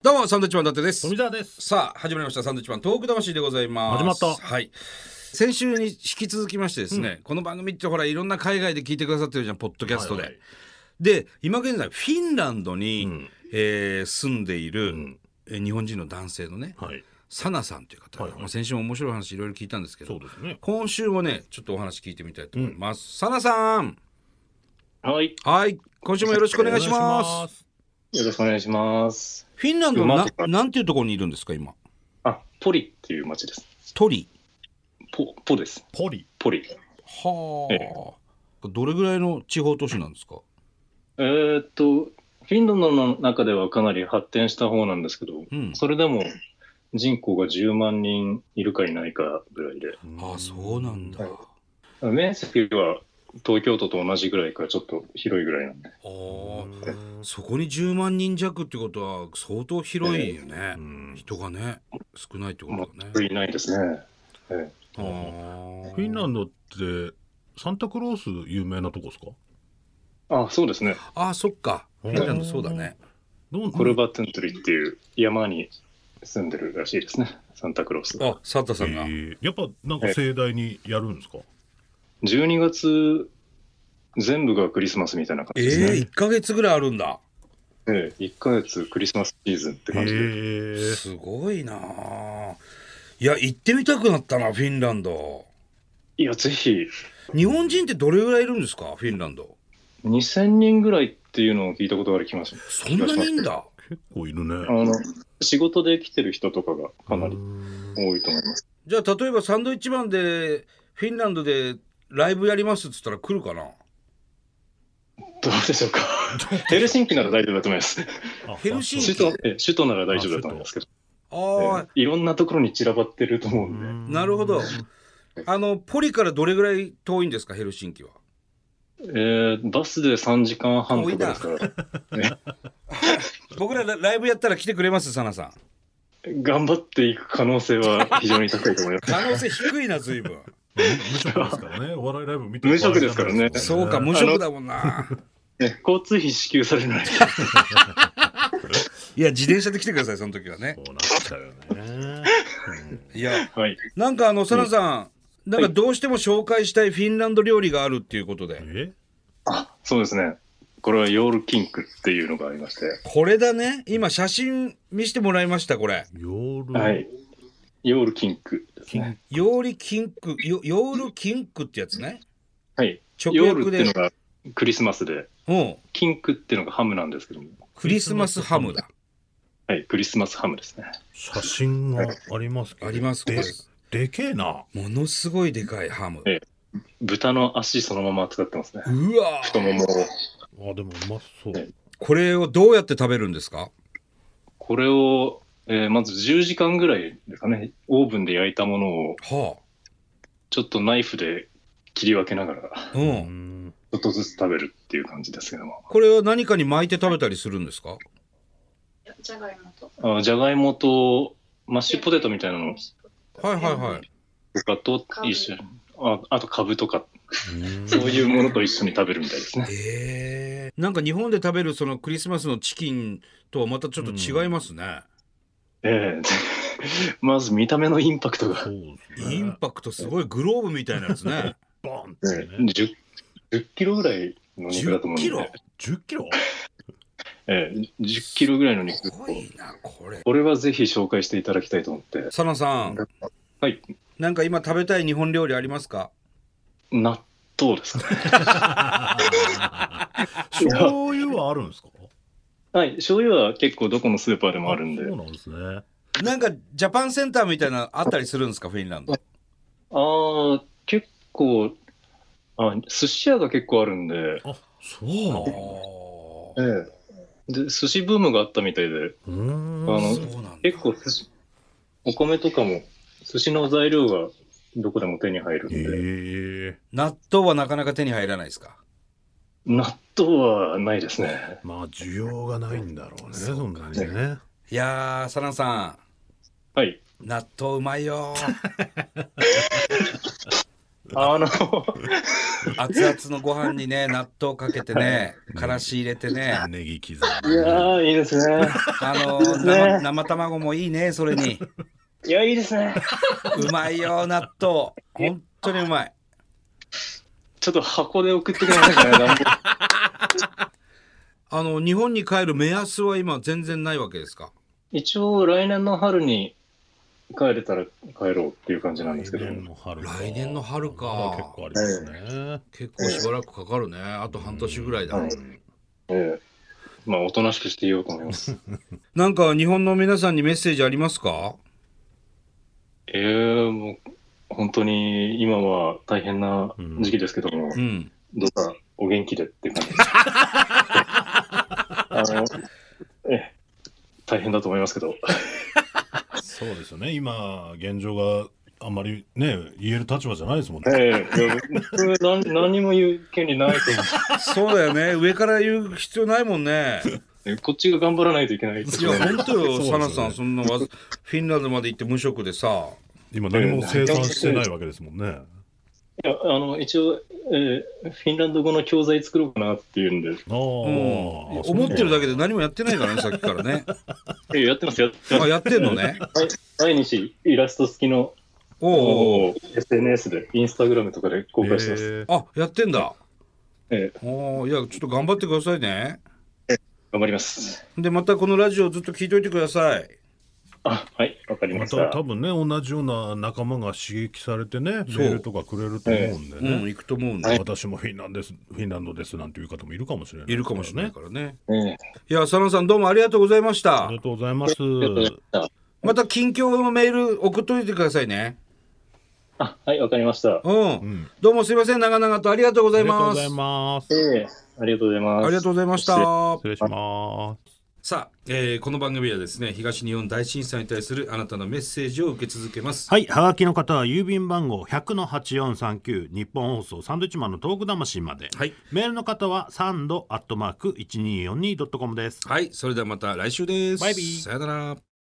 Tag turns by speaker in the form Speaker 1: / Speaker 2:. Speaker 1: どうも、サンドウィッチマン伊達です。
Speaker 2: 富澤です。
Speaker 1: さあ、始まりました。サンドウィッチマントーク魂でございます。
Speaker 2: 始まった
Speaker 1: はい。先週に引き続きましてですね、この番組ってほら、いろんな海外で聞いてくださってるじゃん、ポッドキャストで。
Speaker 2: はいはい
Speaker 1: で、今現在、フィンランドに、
Speaker 2: うん
Speaker 1: えー住んでいる、えー日本人の男性のね、
Speaker 2: はい。
Speaker 1: サナさんという方、
Speaker 2: はいはい
Speaker 1: まあ先週も面白い話いろいろ聞いたんですけ
Speaker 2: そ
Speaker 1: ど
Speaker 2: う、ですね。
Speaker 1: 今週もね、ちょっとお話聞いてみたいと思います。サナさん
Speaker 3: はい。
Speaker 1: はい、今週もよろしくお願いしま
Speaker 2: お願い
Speaker 1: す。
Speaker 2: しす。
Speaker 3: よろしくお願いします。
Speaker 1: フィンランドの
Speaker 3: うま
Speaker 1: な
Speaker 3: く
Speaker 1: なんていうところにいるんですか、今。
Speaker 3: あ、ポリっていう町です。
Speaker 1: トリ。
Speaker 3: ポ、ポです。
Speaker 2: ポリ。
Speaker 3: ポリ。
Speaker 1: はあ、
Speaker 3: え
Speaker 1: どれぐらいの地方都市なんですか
Speaker 3: えーっと、フィンランドの中ではかなり発展した方なんですけど、
Speaker 1: うん
Speaker 3: それでも人口が10万人いるかいないかぐらいで、
Speaker 1: ああそうなんだ、
Speaker 3: はい面積は東京都と同じぐらいかちょっと広いぐらいなんで。
Speaker 1: ああそこに10万人弱ってことは相当広いよね、
Speaker 2: うん
Speaker 1: 人がね少ないってこ
Speaker 3: も
Speaker 1: とだね
Speaker 3: ういないですね。え
Speaker 1: あー
Speaker 2: フィンランドって、サンタクロース有名なとこですか
Speaker 3: えあ、そうですね。
Speaker 1: ああそっかフ
Speaker 2: うん
Speaker 1: ィンランドそうだね
Speaker 2: どう
Speaker 3: コルバトゥントリっていう山に住んでるらしいですね。サンタクロースが。
Speaker 1: あサンタさんが、
Speaker 2: えーやっぱなんか盛大にやるんですか
Speaker 3: 12月全部がクリスマスみたいな感
Speaker 1: え
Speaker 3: じですね。
Speaker 1: え1か月ぐらいあるんだ
Speaker 3: ええ、1ヶ月クリスマスシーズンって
Speaker 2: へ
Speaker 3: 感じで、
Speaker 2: ー
Speaker 1: すごいなあいや行ってみたくなったなフィンランド
Speaker 3: いや、ぜひ、
Speaker 1: 日本人ってどれぐらいいるんですかフィンランド
Speaker 3: 2000人ぐらいっていうのを聞いたことがある気がします。
Speaker 1: そんなにいいんだ
Speaker 2: 結構いるね。
Speaker 3: あの、仕事で来てる人とかがかなり
Speaker 2: うん
Speaker 3: 多いと思います。
Speaker 1: じゃあ例えばサンドイッチマンでフィンランドでライブやりますっつったら来るかな
Speaker 3: どうでしょうか。 ヘルシンキなら大丈夫だと思います。
Speaker 2: あ
Speaker 1: ヘルシンキ
Speaker 3: 首都、ええ首都なら大丈夫だと思いますけど、
Speaker 1: あ
Speaker 3: え
Speaker 1: ー
Speaker 3: えいろんなところに散らばってると思うんで、
Speaker 2: うん
Speaker 1: なるほどあのポリからどれぐらい遠いんですかヘルシンキは
Speaker 3: ええバスで3時間半とかですから、
Speaker 1: 僕らラライブやったら来てくれますサナさん
Speaker 3: 頑張っていく可能性は非常に高いと思い ます。
Speaker 1: 可能性低いな随分
Speaker 2: 無無職ですから ね。お笑いライブ見て
Speaker 3: 無職ですからね
Speaker 1: そうか無職だもんな
Speaker 3: ね、交通費支給されない。
Speaker 1: いや自転車で来てくださいその時はね
Speaker 2: そうなっちゃうよね。
Speaker 1: いや
Speaker 3: はい。
Speaker 1: なんかあのサナさんなんかどうしても紹介したいフィンランド料理があるっていうこと
Speaker 2: う
Speaker 1: で
Speaker 2: んえ
Speaker 3: あ、そうですね。これはヨールキンクっていうのがありまして、
Speaker 1: これだね今写真見せてもらいましたこれ
Speaker 2: 夜。
Speaker 3: はい。ヨールキンクです
Speaker 2: キン
Speaker 3: ね。
Speaker 1: ヨーリキンクヨヨールキンクってやつね
Speaker 3: はい。
Speaker 1: 直
Speaker 3: ヨールっ
Speaker 1: 訳
Speaker 3: て
Speaker 1: で
Speaker 3: いうのがクリスマスで、
Speaker 1: うん
Speaker 3: キンクっていうのがハムなんですけども、
Speaker 1: クリスマスハムだ。
Speaker 3: はい、クリスマスハムですね。
Speaker 2: 写真がありますけど。
Speaker 1: ありますこれ
Speaker 2: ででけえな。
Speaker 1: ものすごいでかいハム。
Speaker 3: え豚の足そのまま使ってますね。
Speaker 1: うわ
Speaker 3: 太
Speaker 1: ー
Speaker 3: ももを。
Speaker 2: あ、でもうまそう。
Speaker 3: ね
Speaker 1: これをどうやって食べるんですか
Speaker 3: これを、えーまず10時間ぐらいですかね、オーブンで焼いたものを、
Speaker 1: は
Speaker 3: ちょっとナイフで切り分けながら、
Speaker 1: あ。う。
Speaker 2: うんん。
Speaker 3: ちょっとずつ食べるっていう感じですけども。
Speaker 1: これを何かに巻いて食べたりするんですか
Speaker 4: じゃがいもと。
Speaker 3: あじゃがいもとマッシュポテトみたいなの
Speaker 1: はいはいはい。
Speaker 3: とかと一緒に、ああとカブとか
Speaker 2: そ
Speaker 3: そうう
Speaker 2: いう。
Speaker 3: いうものと一緒に食べるみたいですね。
Speaker 1: ええなんか日本で食べるそのクリスマスのチキンとはまたちょっと違いますね。
Speaker 3: ええ まず見た目のインパクト
Speaker 2: そ
Speaker 3: が、
Speaker 2: うですね
Speaker 1: インパクトすごいグローブみたいなやつね。
Speaker 2: バンってね。
Speaker 3: 10, 10キロぐらいの肉だと思うんで、
Speaker 1: 10キロ
Speaker 2: 10キロ
Speaker 3: ええ10キロぐらいの肉
Speaker 1: すごいな、これ。
Speaker 3: これはぜひ紹介していただきたいと思って、
Speaker 1: サナさん、
Speaker 3: はい、
Speaker 1: なんか今食べたい日本料理ありますか
Speaker 3: 納豆ですかね。
Speaker 2: 醤油はあるんですか
Speaker 3: はい、醤油は結構どこのスーパーでもあるんで、
Speaker 2: そうなんですね。
Speaker 1: なんかジャパンセンターみたいなのあったりするんですかフィンランド。
Speaker 3: ああ、結構、あ寿司屋が結構あるんで、
Speaker 2: あ、そうなんだ。
Speaker 1: あー
Speaker 3: で寿司ブームがあったみたいで、
Speaker 2: うーん
Speaker 3: あの
Speaker 1: そうなんだ
Speaker 3: 結構寿司、お米とかも、寿司の材料がどこでも手に入るん
Speaker 2: え
Speaker 3: で、
Speaker 2: え
Speaker 1: 納豆はなかなか手に入らないですか
Speaker 3: 納豆はないですね。
Speaker 2: まあ需要がないんだろうね、そんなにね。
Speaker 1: いやーサナさ
Speaker 3: はい。
Speaker 1: ん納豆うまいよ
Speaker 3: あの、
Speaker 1: 熱々のご飯にね、納豆かけてね、からし入れてね、
Speaker 2: ネギ刻ん
Speaker 3: い
Speaker 2: で。
Speaker 3: やー、いいですね。
Speaker 1: あの
Speaker 3: いいです ね
Speaker 1: 生生卵もいいね、それに。
Speaker 3: いや、いいですね。
Speaker 1: うまいよ、納豆。本当にうまい。
Speaker 3: ちょっと箱で送ってくださいね暖房。
Speaker 1: あの、日本に帰る目安は今全然ないわけですか
Speaker 3: 一応、来年の春に帰れたら帰ろうっていう感じなんですけど
Speaker 2: 来。年の春か
Speaker 1: 来年の春か
Speaker 2: まだ結構ありますね。
Speaker 1: 結構しばらくかかるね。あと半年ぐらいだ。
Speaker 3: はいええまあ、おとなしくしていようと思います。
Speaker 1: なんか日本の皆さんにメッセージありますか
Speaker 3: ええもう、本当に今は大変な時期ですけども、
Speaker 1: うん。
Speaker 3: どうかお元気でっていう感じ です。あの、ええ大変だと思いますけど。
Speaker 2: そうですよね。今、現状があんまりね、言える立場じゃないですもんね。
Speaker 3: ええいや僕何何も言う権利ないと思
Speaker 1: そうだよね。上から言う必要ないもんね。
Speaker 3: うこっちが頑張らないといけないです
Speaker 1: い
Speaker 3: ね
Speaker 1: や、本当よ、
Speaker 2: そ
Speaker 1: サ
Speaker 2: うですよね
Speaker 1: ナさん、そんなわずフィンランドまで行って無職でさ。
Speaker 2: 今何も生産してないわけですもんね。
Speaker 3: いやあの一応、えーフィンランド語の教材作ろうかなっていうんで、
Speaker 2: ああ、
Speaker 1: うん、思ってるだけで何もやってないからね、さっきからね。
Speaker 3: えやってます、やってま
Speaker 1: あ、
Speaker 3: す。
Speaker 1: やってんのね。
Speaker 3: 毎日イラスト付きの
Speaker 1: おうおうおう
Speaker 3: SNS で、インスタグラムとかで公開してます。
Speaker 2: えー
Speaker 1: あ、やってんだ。
Speaker 3: え
Speaker 1: おーいや、ちょっと頑張ってくださいね。
Speaker 3: 頑張ります。
Speaker 1: で、またこのラジオずっと聞いといてください。
Speaker 3: あはい、わかり
Speaker 2: ま
Speaker 3: ましたた。
Speaker 2: 多分ね同じような仲間が刺激されてねメールとかくれると思うんで
Speaker 1: う
Speaker 2: ね
Speaker 1: ん、、行くと思うん
Speaker 3: は
Speaker 1: で。
Speaker 3: い
Speaker 2: 私もフィンランドですフィンランドですなんていう方もいるかもしれない、
Speaker 1: いるかもしれないからね。
Speaker 3: ええ
Speaker 1: いや、サナさん、どうもありがとうございまし
Speaker 2: あ
Speaker 1: た
Speaker 2: り。がとうございます
Speaker 3: ありがとうございました。
Speaker 1: また近況のメール送っといてくださいね。
Speaker 3: あはい、わかりました。
Speaker 1: うん。
Speaker 2: うん
Speaker 1: どうもすいません、長々とありがとうご
Speaker 2: あ
Speaker 1: ざい
Speaker 2: りがと
Speaker 1: ま
Speaker 2: うご
Speaker 1: す。
Speaker 2: ざいます
Speaker 3: ええありがとうございます。
Speaker 1: ありがとうございまし
Speaker 3: そして
Speaker 1: た。
Speaker 2: 失礼します
Speaker 1: さあ、えーこの番組はですね、東日本大震災に対するあなたのメッセージを受け続けます。
Speaker 2: はいはがきの方は郵便番号100-8439日本放送サンドイッチマンのトーク魂まで、
Speaker 1: はい。
Speaker 2: メールの方はサンドアットマーク 1242.com です
Speaker 1: はい、それではまた来週です。
Speaker 2: バイビー
Speaker 1: さよなら。